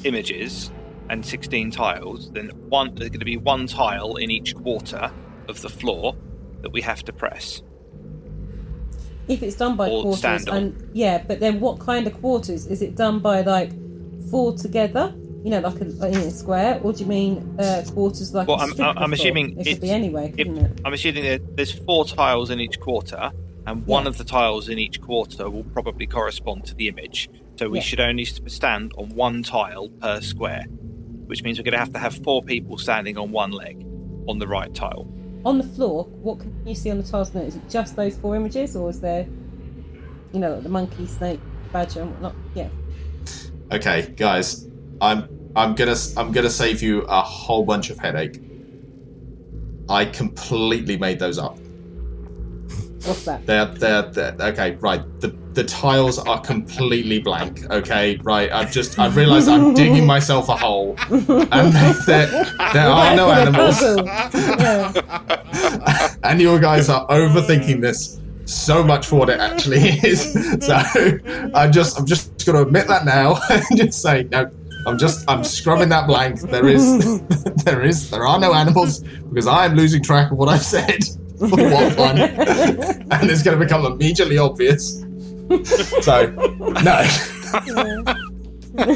Speaker 2: images and 16 tiles, then one there's going to be one tile in each quarter of the floor that we have to press.
Speaker 6: if it's done by
Speaker 2: Or
Speaker 6: quarters,
Speaker 2: stand on.
Speaker 6: and yeah, but then what kind of quarters is it done by? Like four together, you know, like, a, like in a square, or do you mean uh, quarters like?
Speaker 2: Well,
Speaker 6: a
Speaker 2: I'm-
Speaker 6: strip
Speaker 2: I'm
Speaker 6: of
Speaker 2: assuming
Speaker 6: floor? it
Speaker 2: it's-
Speaker 6: could be anyway,
Speaker 2: If,
Speaker 6: couldn't it?
Speaker 2: I'm assuming that there's four tiles in each quarter, and one
Speaker 6: Yeah.
Speaker 2: of the tiles in each quarter will probably correspond to the image. So we
Speaker 6: Yeah.
Speaker 2: should only s- stand on one tile per square, which means we're going to have to have four people standing on one leg on the right tile.
Speaker 6: On the floor, what can you see on the tiles? Now? Is it just those four images, or is there, you know, like the monkey, snake, badger, and whatnot? Yeah.
Speaker 3: Okay, guys, I'm I'm gonna I'm gonna save you a whole bunch of headache. I completely made those up.
Speaker 6: What's that?
Speaker 3: They're, they're, they're okay, right. The the tiles are completely blank. Okay, right. I've just I've realised I'm digging myself a hole, and (laughs) there there are no
Speaker 6: That's a
Speaker 3: animals,
Speaker 6: puzzle.
Speaker 3: (laughs)
Speaker 6: yeah.
Speaker 3: and you guys are overthinking this so much for what it actually is. So I'm just I'm just gonna admit that now and (laughs) just say no. I'm just I'm scrubbing that blank. There is (laughs) there is there are no animals because I am losing track of what I've said (laughs) for what one, and it's going to become immediately obvious. So no, there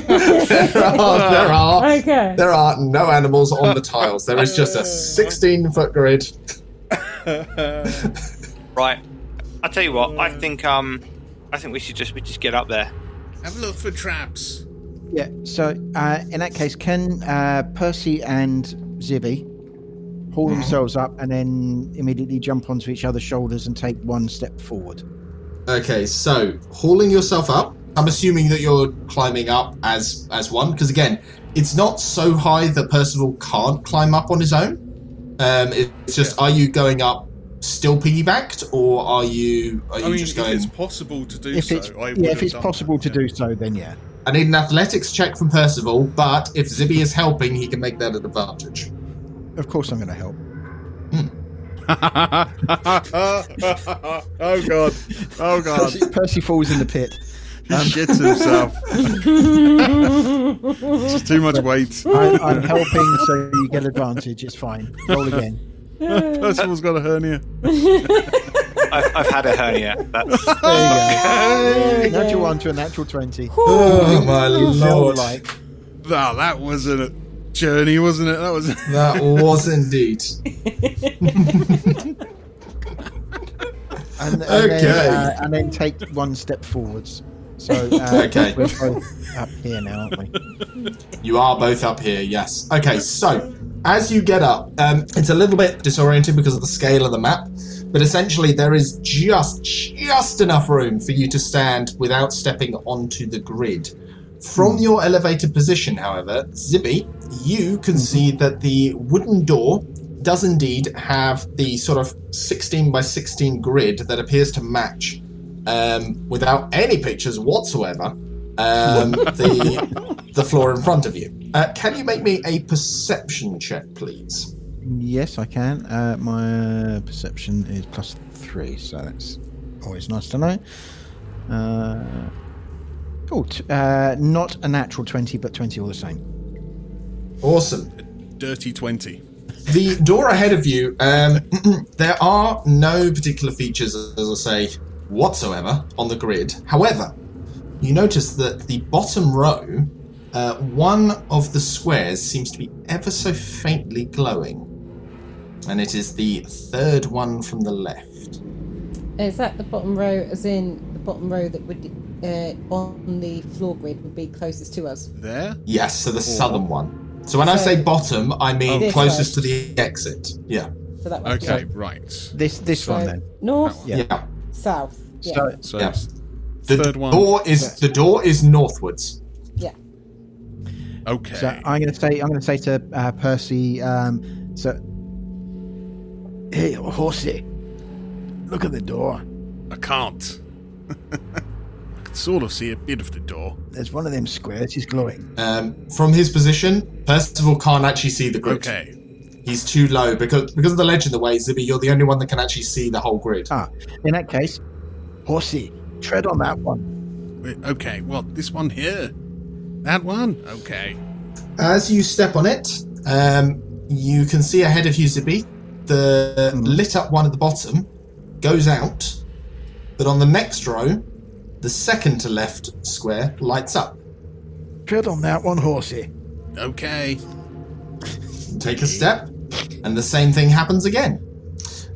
Speaker 3: are there are
Speaker 6: (laughs) Okay.
Speaker 3: there are no animals on the tiles. There is just a 16 foot grid.
Speaker 2: Right. I tell you what. I think um, I think we should just we just get up there.
Speaker 1: Have a look for traps.
Speaker 4: Yeah. So uh, in that case, can uh, Percy and Zibby haul
Speaker 7: Mm-hmm.
Speaker 4: themselves up and then immediately jump onto each other's shoulders and take one step forward?
Speaker 3: Okay, so hauling yourself up. I'm assuming that you're climbing up as as one, because again, it's not so high that Percival can't climb up on his own. Um, it- it's just, are you going up still piggybacked, or are you are you
Speaker 7: I mean,
Speaker 3: just
Speaker 7: if
Speaker 3: going?
Speaker 7: it's possible to do
Speaker 4: If
Speaker 7: so,
Speaker 4: it's
Speaker 7: I would
Speaker 4: yeah,
Speaker 7: have
Speaker 4: if it's
Speaker 7: done
Speaker 4: possible
Speaker 7: that,
Speaker 4: to
Speaker 7: yeah.
Speaker 4: do so, then yeah.
Speaker 3: I need an athletics check from Percival, but if Zibby is helping, he can make that an advantage.
Speaker 4: Of course, I'm going to help.
Speaker 7: Um, (laughs) oh god! Oh
Speaker 4: (laughs)
Speaker 7: god!
Speaker 4: Percy, Percy falls in the pit.
Speaker 7: He shits himself. (laughs) it's too much weight.
Speaker 3: (laughs)
Speaker 7: (laughs)
Speaker 4: I, I'm helping, so you get advantage. It's fine. Roll again.
Speaker 7: Percival's got a hernia.
Speaker 2: I've, I've had a hernia. That's
Speaker 4: There you go. Natural one to a natural twenty.
Speaker 3: Oh my
Speaker 4: Feel like
Speaker 7: Wow, that was a journey, wasn't it? That was. (laughs)
Speaker 3: That was (laughs) indeed.
Speaker 4: and, and
Speaker 3: Okay.
Speaker 4: then, uh, and then take one step forwards. So uh,
Speaker 3: Okay.
Speaker 4: we're both up here now, aren't we?
Speaker 3: You are both up here, yes. Okay, so as you get up, um, it's a little bit disorienting because of the scale of the map, but essentially there is just just enough room for you to stand without stepping onto the grid. From your elevated position, however, Zibby, you can see that the wooden door does indeed have the sort of 16 by 16 grid that appears to match um, without any pictures whatsoever um, the the floor in front of you. Uh, can you make me a perception check, please?
Speaker 4: Yes, I can. Uh, my uh, perception is plus three, so that's always nice to know. Uh, oh, t- uh, not a natural 20, but 20 all the same.
Speaker 3: Awesome.
Speaker 7: Dirty 20.
Speaker 3: the door ahead of you, um, (clears throat) there are no particular features, as I say, whatsoever on the grid. However, you notice that the bottom row, uh, one of the squares seems to be ever so faintly glowing. And it is the third one from the left.
Speaker 6: Is that the bottom row, as in the bottom row that would uh, on the floor grid would be closest to us.
Speaker 7: There?
Speaker 3: Yes, so the southern one. So when I say bottom, I mean
Speaker 6: This
Speaker 3: closest to the exit. Yeah.
Speaker 6: So that would
Speaker 7: Okay,
Speaker 6: Be
Speaker 7: right.
Speaker 4: This this
Speaker 6: so
Speaker 4: one then.
Speaker 6: north,
Speaker 4: Yeah.
Speaker 3: Yeah.
Speaker 6: south. Yeah.
Speaker 4: So
Speaker 7: So
Speaker 3: Yeah.
Speaker 7: it's
Speaker 3: The
Speaker 7: third one.
Speaker 3: door is the door is northwards.
Speaker 6: yeah.
Speaker 7: Okay.
Speaker 4: So I'm going to say I'm going to say to uh, Percy. Um, so hey, horsey, look at the door.
Speaker 7: I can't. (laughs) I can sort of see a bit of the door.
Speaker 4: There's one of them squares. It's glowing.
Speaker 3: Um, from his position, Percival can't actually see the grid.
Speaker 7: Okay.
Speaker 3: He's too low because because of the legend the way Zibby, you're the only one that can actually see the whole grid.
Speaker 4: Ah, in that case, horsey, tread on that one.
Speaker 7: Wait, Okay, what? This one here? That one? Okay.
Speaker 3: As you step on it, um, you can see ahead of you, Zibby, the lit up one at the bottom goes out, but on the next row, the second to left square lights up.
Speaker 4: Tread on that one, horsey.
Speaker 7: Okay.
Speaker 3: Take a step, and the same thing happens again.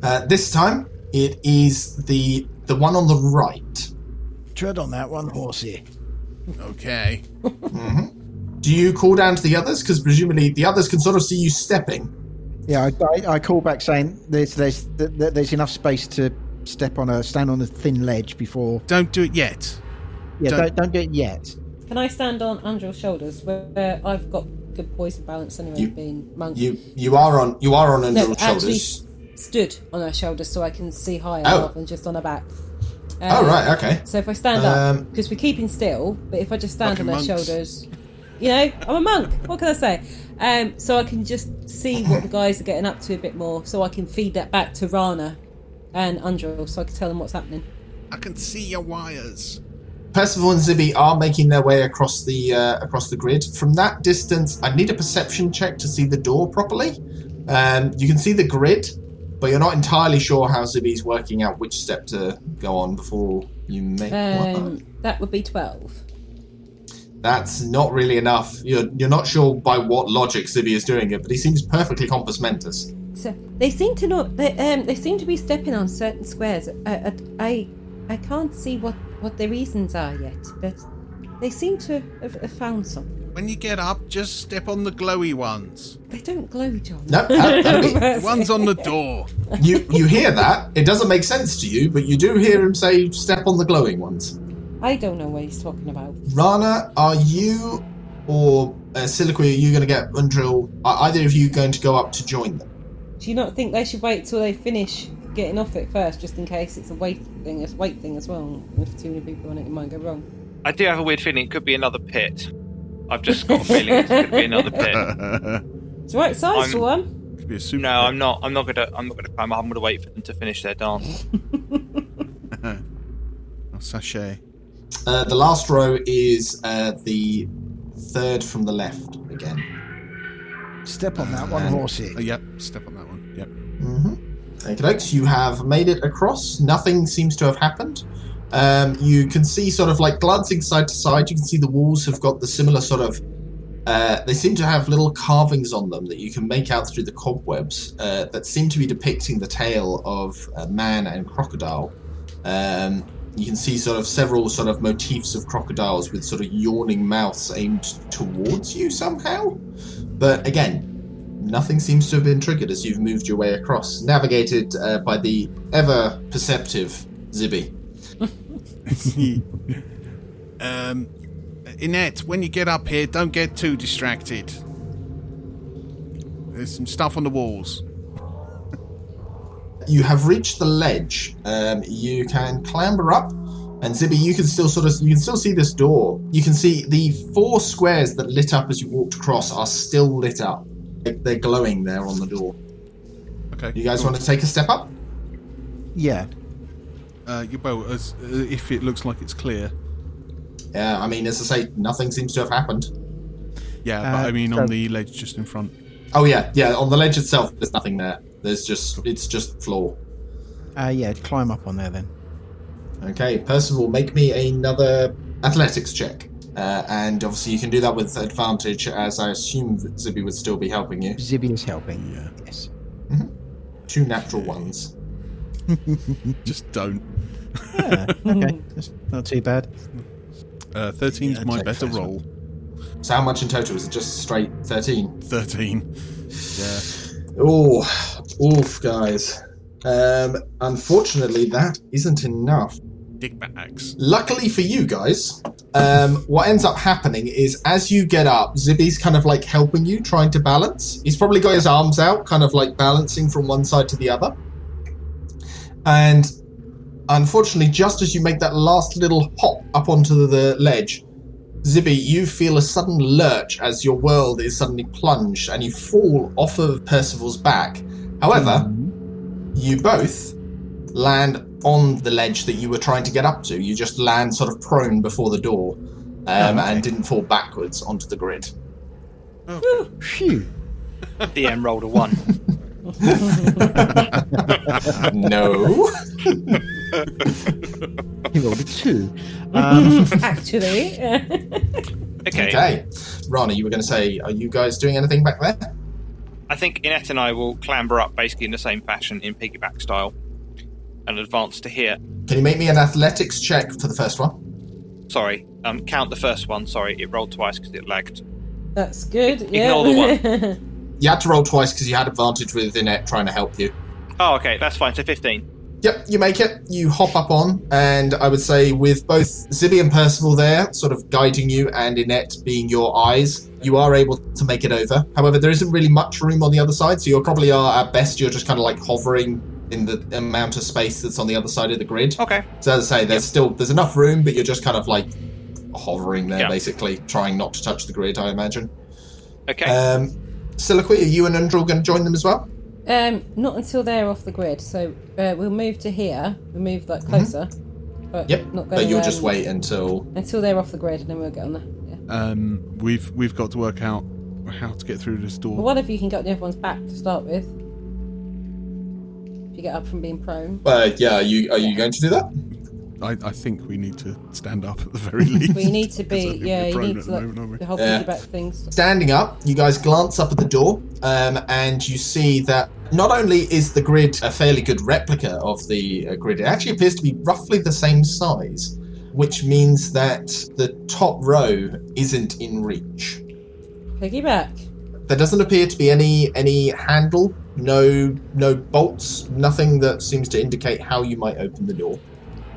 Speaker 3: Uh, this time, it is the the one on the right.
Speaker 4: Tread on that one, horsey.
Speaker 7: Okay.
Speaker 3: Do you call down to the others? Because presumably the others can sort of see you stepping.
Speaker 4: Yeah, I, I, I call back saying there's there's th- th- there's enough space to step on a stand on a thin ledge before.
Speaker 7: Don't do it yet.
Speaker 4: Yeah,
Speaker 7: Don't-
Speaker 4: don't don't do it yet.
Speaker 6: Can I stand on Andrew's shoulders where, where I've got good poise and balance anyway,
Speaker 3: You-
Speaker 6: being monk?
Speaker 3: You you are on you are on
Speaker 6: no,
Speaker 3: under
Speaker 6: actually
Speaker 3: shoulders.
Speaker 6: s- stood on her shoulders so I can see higher
Speaker 3: Oh.
Speaker 6: rather than just on her back. Um,
Speaker 3: Oh right, okay.
Speaker 6: So if I stand
Speaker 3: Um,
Speaker 6: up, because we're keeping still, but if I just stand
Speaker 7: Fucking
Speaker 6: on their
Speaker 7: monks.
Speaker 6: shoulders, you know, I'm a monk. What can I say? Um, so I can just see what the guys are getting up to a bit more, so I can feed that back to Rana and Andril, so I can tell them what's happening.
Speaker 7: I can see your (laughs) wires.
Speaker 3: Percival and Zibby are making their way across the uh, across the grid. From that distance, I need a perception check to see the door properly. Um, you can see the grid, but you're not entirely sure how Zibby's working out which step to go on before you make one.
Speaker 6: Um, that would be twelve.
Speaker 3: That's not really enough. You're you're not sure by what logic Zibby is doing it, but he seems perfectly compass mentis.
Speaker 6: So they seem to know. They, um, they seem to be stepping on certain squares. I, I, I, I can't see what what their reasons are yet, but they seem to have, have found something.
Speaker 7: When you get up, just step on the glowy ones.
Speaker 6: They don't glow, John.
Speaker 3: No, that- that'd
Speaker 6: (laughs)
Speaker 3: be-
Speaker 7: The ones on the door.
Speaker 3: You you hear that? It doesn't make sense to you, but you do hear him say, "Step on the glowing ones."
Speaker 6: I don't know what he's talking about.
Speaker 3: Rana, are you or uh, Siliqui, are you going to get Undrill? Are either of you going to go up to join them?
Speaker 6: Do you not think they should wait till they finish getting off it first, just in case it's a weight thing, a weight thing as well? If too many people on it, it might go wrong.
Speaker 2: I do have a weird feeling it could be another pit. I've just got a feeling it's going to be another
Speaker 7: (laughs)
Speaker 2: pit.
Speaker 6: It's the right size
Speaker 2: I'm-
Speaker 6: for one.
Speaker 7: Could be a super.
Speaker 2: No, I'm not. I'm not gonna. I'm not gonna climb. up. I'm gonna wait for them to finish their dance.
Speaker 7: A sachet.
Speaker 3: Uh, the last row is uh, the third from the left again.
Speaker 4: Step on that one,
Speaker 3: Um,
Speaker 4: horsey.
Speaker 7: Oh, yep. Step on that one. Yep.
Speaker 3: Okay, folks, Mm-hmm. you have made it across. Nothing seems to have happened. Um, you can see, sort of like glancing side to side, you can see the walls have got the similar sort of. Uh, they seem to have little carvings on them that you can make out through the cobwebs uh, that seem to be depicting the tail of a man and crocodile. Um, you can see sort of several sort of motifs of crocodiles with sort of yawning mouths aimed towards you somehow. But again, Nothing seems to have been triggered as you've moved your way across, navigated uh, by the ever perceptive Zibby.
Speaker 7: Um, Inette, when you get up here, don't get too distracted. There's some stuff on the walls.
Speaker 3: You have reached the ledge. Um, you can clamber up, and Zibby, you can still sort of you can still see this door. You can see the four squares that lit up as you walked across are still lit up. They- They're glowing there on the door.
Speaker 7: Okay.
Speaker 3: You guys
Speaker 7: cool.
Speaker 3: want to take a step up?
Speaker 4: Yeah.
Speaker 7: Uh, you both, as, uh, if it looks like it's clear.
Speaker 3: Yeah, Uh, I mean, as I say, nothing seems to have happened.
Speaker 7: Yeah,
Speaker 4: Uh,
Speaker 7: but I mean on
Speaker 4: so-
Speaker 7: the ledge just in front.
Speaker 3: Oh yeah, yeah. On the ledge itself, there's nothing there. There's just it's just floor.
Speaker 4: Uh, yeah. Climb up on there then.
Speaker 3: Okay, Percival, make me another athletics check. Uh, and obviously, you can do that with advantage, as I assume that Zibby would still be helping you.
Speaker 4: Zibby is helping. Yeah. Yes.
Speaker 3: Two natural ones.
Speaker 7: Just don't.
Speaker 4: Yeah, okay. That's not too bad.
Speaker 7: Uh, 13's
Speaker 4: Yeah,
Speaker 7: my
Speaker 4: take
Speaker 7: better
Speaker 4: first
Speaker 7: roll.
Speaker 3: So how much in total? Is it just straight thirteen?
Speaker 7: 13. Yeah.
Speaker 3: Oh, oof, guys. Um, unfortunately, that isn't enough.
Speaker 7: Dick bags.
Speaker 3: Luckily for you guys, um, what ends up happening is as you get up, Zibby's kind of like helping you, trying to balance. He's probably got his arms out, kind of like balancing from one side to the other. And unfortunately, just as you make that last little hop up onto the ledge, Zibby, you feel a sudden lurch as your world is suddenly plunged and you fall off of Percival's back. However, you both land on the ledge that you were trying to get up to. You just land sort of prone before the door um, and didn't fall backwards onto the grid.
Speaker 4: Phew. (laughs)
Speaker 2: DM rolled a one.
Speaker 3: no.
Speaker 4: He rolled a two. Um,
Speaker 6: Actually, (laughs)
Speaker 2: Okay.
Speaker 3: Okay. Rana, you were going to say, are you guys doing anything back there?
Speaker 2: I think Inet and I will clamber up basically in the same fashion in piggyback style and advance to here.
Speaker 3: Can you make me an athletics check for the first one?
Speaker 2: Sorry, um, count the first one. Sorry, it rolled twice because it lagged.
Speaker 6: that's good.
Speaker 2: Ignore
Speaker 6: yeah. (laughs)
Speaker 3: You had to roll twice because you had advantage with Inette trying to help you.
Speaker 2: Oh, okay, that's fine. So 15.
Speaker 3: Yep, you make it. You hop up on, and I would say with both Zibby and Percival there, sort of guiding you, and Inette being your eyes, you are able to make it over. However, there isn't really much room on the other side, so you probably are at best you're just kind of like hovering in the amount of space that's on the other side of the grid.
Speaker 2: Okay.
Speaker 3: So as I say, there's still there's enough room, but you're just kind of like hovering there,
Speaker 2: Yeah.
Speaker 3: basically trying not to touch the grid. I imagine.
Speaker 2: Okay.
Speaker 3: Um, Soliloquy, are you and Undral going to join them as well?
Speaker 6: Um, not until they're off the grid. So uh, we'll move to here. We'll move like closer. But
Speaker 3: Mm-hmm. Yep.
Speaker 6: Not going
Speaker 3: But you'll
Speaker 6: um,
Speaker 3: just wait Uh. until
Speaker 6: until they're off the grid, and then we'll get on there. Yeah.
Speaker 7: Um, we've we've got to work out how to get through this
Speaker 6: Well,
Speaker 7: door.
Speaker 6: one of you can get on the other one's back to start with. If you get up from
Speaker 3: (laughs)
Speaker 6: being prone,
Speaker 3: Uh, yeah, are you are you going to do that?
Speaker 7: I, I think we need to stand up at the
Speaker 4: (laughs)
Speaker 7: very
Speaker 6: but you
Speaker 7: least.
Speaker 6: need to
Speaker 7: I
Speaker 6: be
Speaker 7: think
Speaker 6: yeah,
Speaker 7: we're
Speaker 6: you
Speaker 7: prone
Speaker 6: need
Speaker 7: at the
Speaker 6: to like
Speaker 7: moment, aren't we?
Speaker 6: the whole
Speaker 3: Yeah.
Speaker 6: piggyback things.
Speaker 3: Standing up, you guys glance up at the door, um, and you see that not only is the grid a fairly good replica of the uh, grid, it actually appears to be roughly the same size, which means that the top row isn't in reach.
Speaker 6: Piggyback.
Speaker 3: There doesn't appear to be any any handle, no no bolts, nothing that seems to indicate how you might open the door.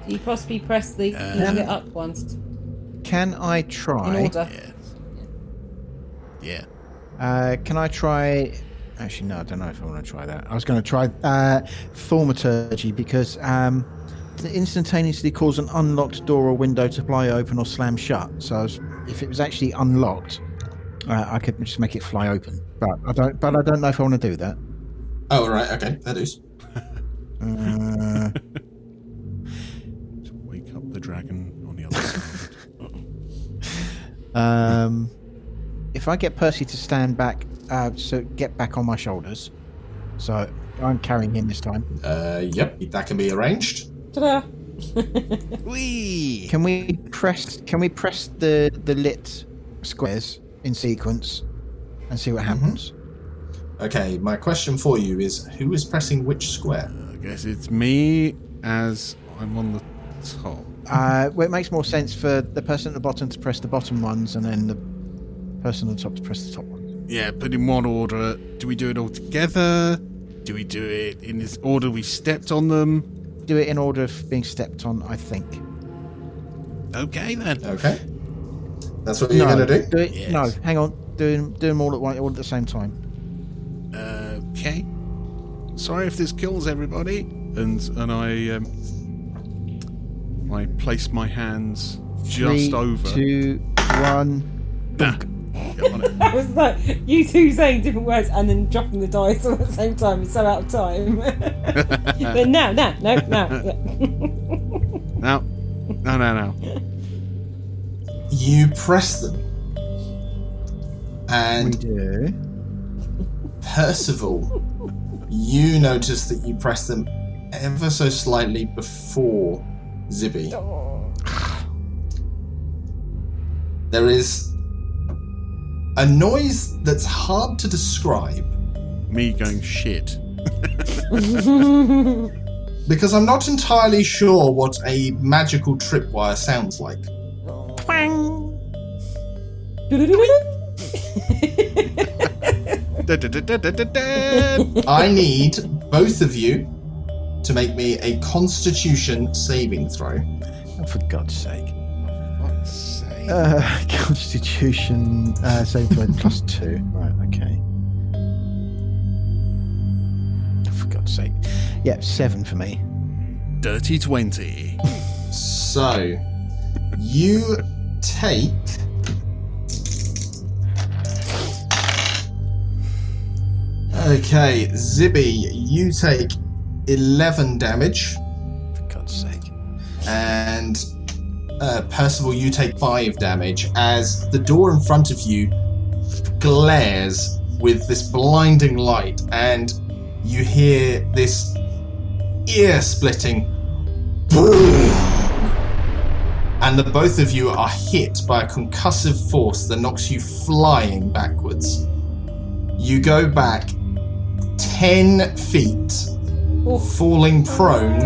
Speaker 6: You possibly press the you
Speaker 4: Um,
Speaker 6: get
Speaker 3: Uh,
Speaker 6: up once
Speaker 4: can I
Speaker 6: in
Speaker 4: try?
Speaker 6: order.
Speaker 5: Yeah.
Speaker 4: Uh, can I try? Actually, no, I don't know if I want to try that. I was going to try uh, thaumaturgy because um, to instantaneously cause an unlocked door or window to fly open or slam shut. So I was, if it was actually unlocked, uh, I could just make it fly open. But I don't. But I don't know if I want to do that.
Speaker 3: Oh right, okay, that is.
Speaker 4: Uh,
Speaker 7: Wake up the dragon on the other side.
Speaker 4: um, if I get Percy to stand back, uh, so get back on my shoulders. So I'm carrying him this time.
Speaker 3: Uh, yep, that can be arranged.
Speaker 6: Ta-da!
Speaker 5: Wee.
Speaker 4: Can we press? Can we press the the lit squares in sequence and see what
Speaker 7: Mm-hmm.
Speaker 4: happens?
Speaker 3: Okay, my question for you is who is pressing which square?
Speaker 7: I guess it's me as I'm on the top.
Speaker 4: Uh, well, it makes more sense for the person at the bottom to press the bottom ones, and then the person on top to press the top ones.
Speaker 7: Yeah, but in what order? Do we do it all together? Do we do it in this order we stepped on them?
Speaker 4: Do it in order of being stepped on, I think.
Speaker 5: Okay then.
Speaker 3: Okay. That's what you're
Speaker 4: no,
Speaker 3: going to do?
Speaker 4: it,
Speaker 5: Yes.
Speaker 4: no, hang on. Do 'em- do them all at one, all at the same time.
Speaker 7: Okay. Sorry if this kills everybody. And and I um, I place my hands just
Speaker 4: Three,
Speaker 7: over.
Speaker 4: two, one.
Speaker 7: Nah. Get on it.
Speaker 6: (laughs) That was like you two saying different words and then dropping the dice (laughs) all at the same time. It's so out of (laughs) time. but now, now, no, (laughs) now.
Speaker 7: No. No, no, no.
Speaker 3: You press them.
Speaker 4: We
Speaker 3: And
Speaker 4: do.
Speaker 3: Percival, you notice that you press them ever so slightly before Zibby. There is a noise that's hard to describe
Speaker 7: Me going shit.
Speaker 3: because I'm not entirely sure what a magical tripwire sounds like.
Speaker 4: (laughs)
Speaker 7: Da-da-da-da-da-da.
Speaker 3: I need both of you to make me a Constitution saving throw.
Speaker 4: Oh, for God's sake.
Speaker 5: Fuck's sake.
Speaker 4: Uh, (laughs) Constitution uh, saving throw (laughs) plus two. Right, okay. Oh, for God's sake. Yep, seven for me.
Speaker 7: Dirty 20.
Speaker 3: So, you take. Okay, Zibby, you take 11 damage,
Speaker 4: For God's sake.
Speaker 3: and uh, Percival, you take 5 damage as the door in front of you glares with this blinding light, and you hear this ear splitting boom. And the both of you are hit by a concussive force that knocks you flying backwards. You go back 10 feet,
Speaker 6: Oh.
Speaker 3: falling prone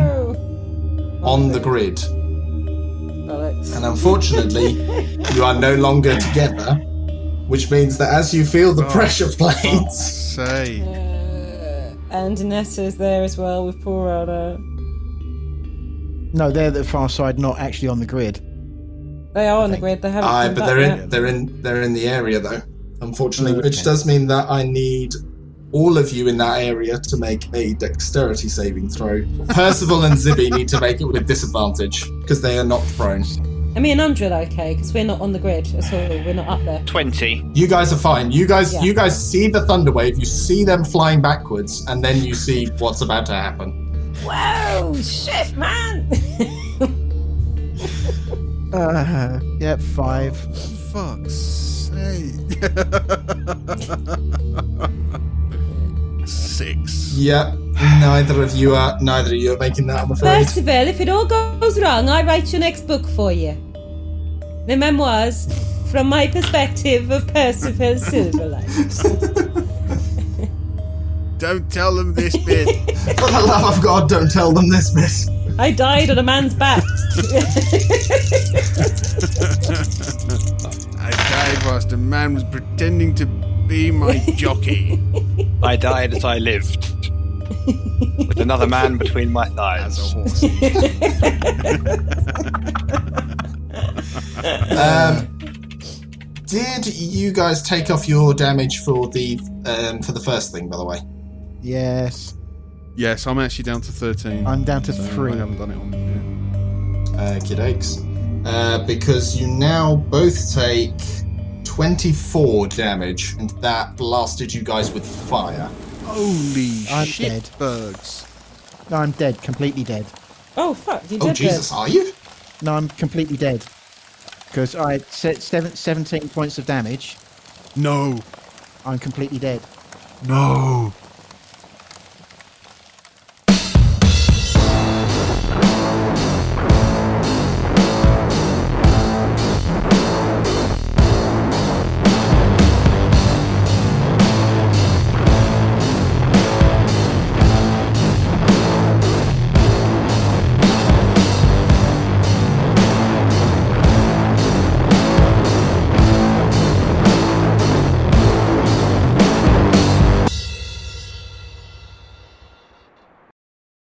Speaker 3: on the grid.
Speaker 6: Bollocks.
Speaker 3: And unfortunately, you are no longer together, which means that as you feel the pressure plates,
Speaker 7: Say.
Speaker 6: Uh, and Inessa is there as well with poor Anna.
Speaker 4: No, they're the far side, not actually on the grid.
Speaker 6: They are on the grid. They haven't.
Speaker 3: aye,
Speaker 6: come
Speaker 3: but
Speaker 6: back
Speaker 3: they're
Speaker 6: yet.
Speaker 3: in they're in they're in the area though, unfortunately, which does mean that I need all of you in that area to make a dexterity saving throw. Percival and Zibby need to make it with disadvantage because they are not prone.
Speaker 6: I mean, Andra, okay, because we're not on the grid at all. We're not up there.
Speaker 2: 20.
Speaker 3: You guys are fine. You guys
Speaker 6: Yeah.
Speaker 3: you guys see the thunder wave, you see them flying backwards, and then you see what's about to happen.
Speaker 6: Whoa, shit, (laughs) man!
Speaker 4: Uh, yep, five.
Speaker 7: Fuck's sake. (laughs) Six.
Speaker 3: Yep. Neither of you are neither of you are making that, I'm afraid.
Speaker 6: First of all, if it all goes wrong, I write your next book for you. The memoirs from my perspective of Percival Silverlight.
Speaker 7: Don't tell them this bit.
Speaker 3: For the love of God, don't tell them this, miss.
Speaker 6: I died on a man's back. (laughs)
Speaker 7: I died whilst a man was pretending to be my jockey.
Speaker 2: I died as I lived. With another man between my thighs.
Speaker 7: horse.
Speaker 3: Um, did you guys take off your damage for the um, for the first thing, by the way?
Speaker 4: Yes.
Speaker 7: Yes, I'm actually down to 13.
Speaker 4: I'm down to
Speaker 7: So
Speaker 4: three.
Speaker 7: I haven't done it on.
Speaker 3: Uh, kid Oaks. Uh, because you now both take 24 damage, and that blasted you guys with fire.
Speaker 7: yeah. Holy
Speaker 4: I'm
Speaker 7: shit,
Speaker 4: dead.
Speaker 7: bugs.
Speaker 4: No, I'm dead. Completely dead.
Speaker 6: Oh, fuck, you
Speaker 3: Oh,
Speaker 6: did
Speaker 3: Jesus,
Speaker 6: this.
Speaker 3: are you?
Speaker 4: No, I'm completely dead. Because I set seven, 17 points of damage.
Speaker 7: No,
Speaker 4: I'm completely dead.
Speaker 7: no.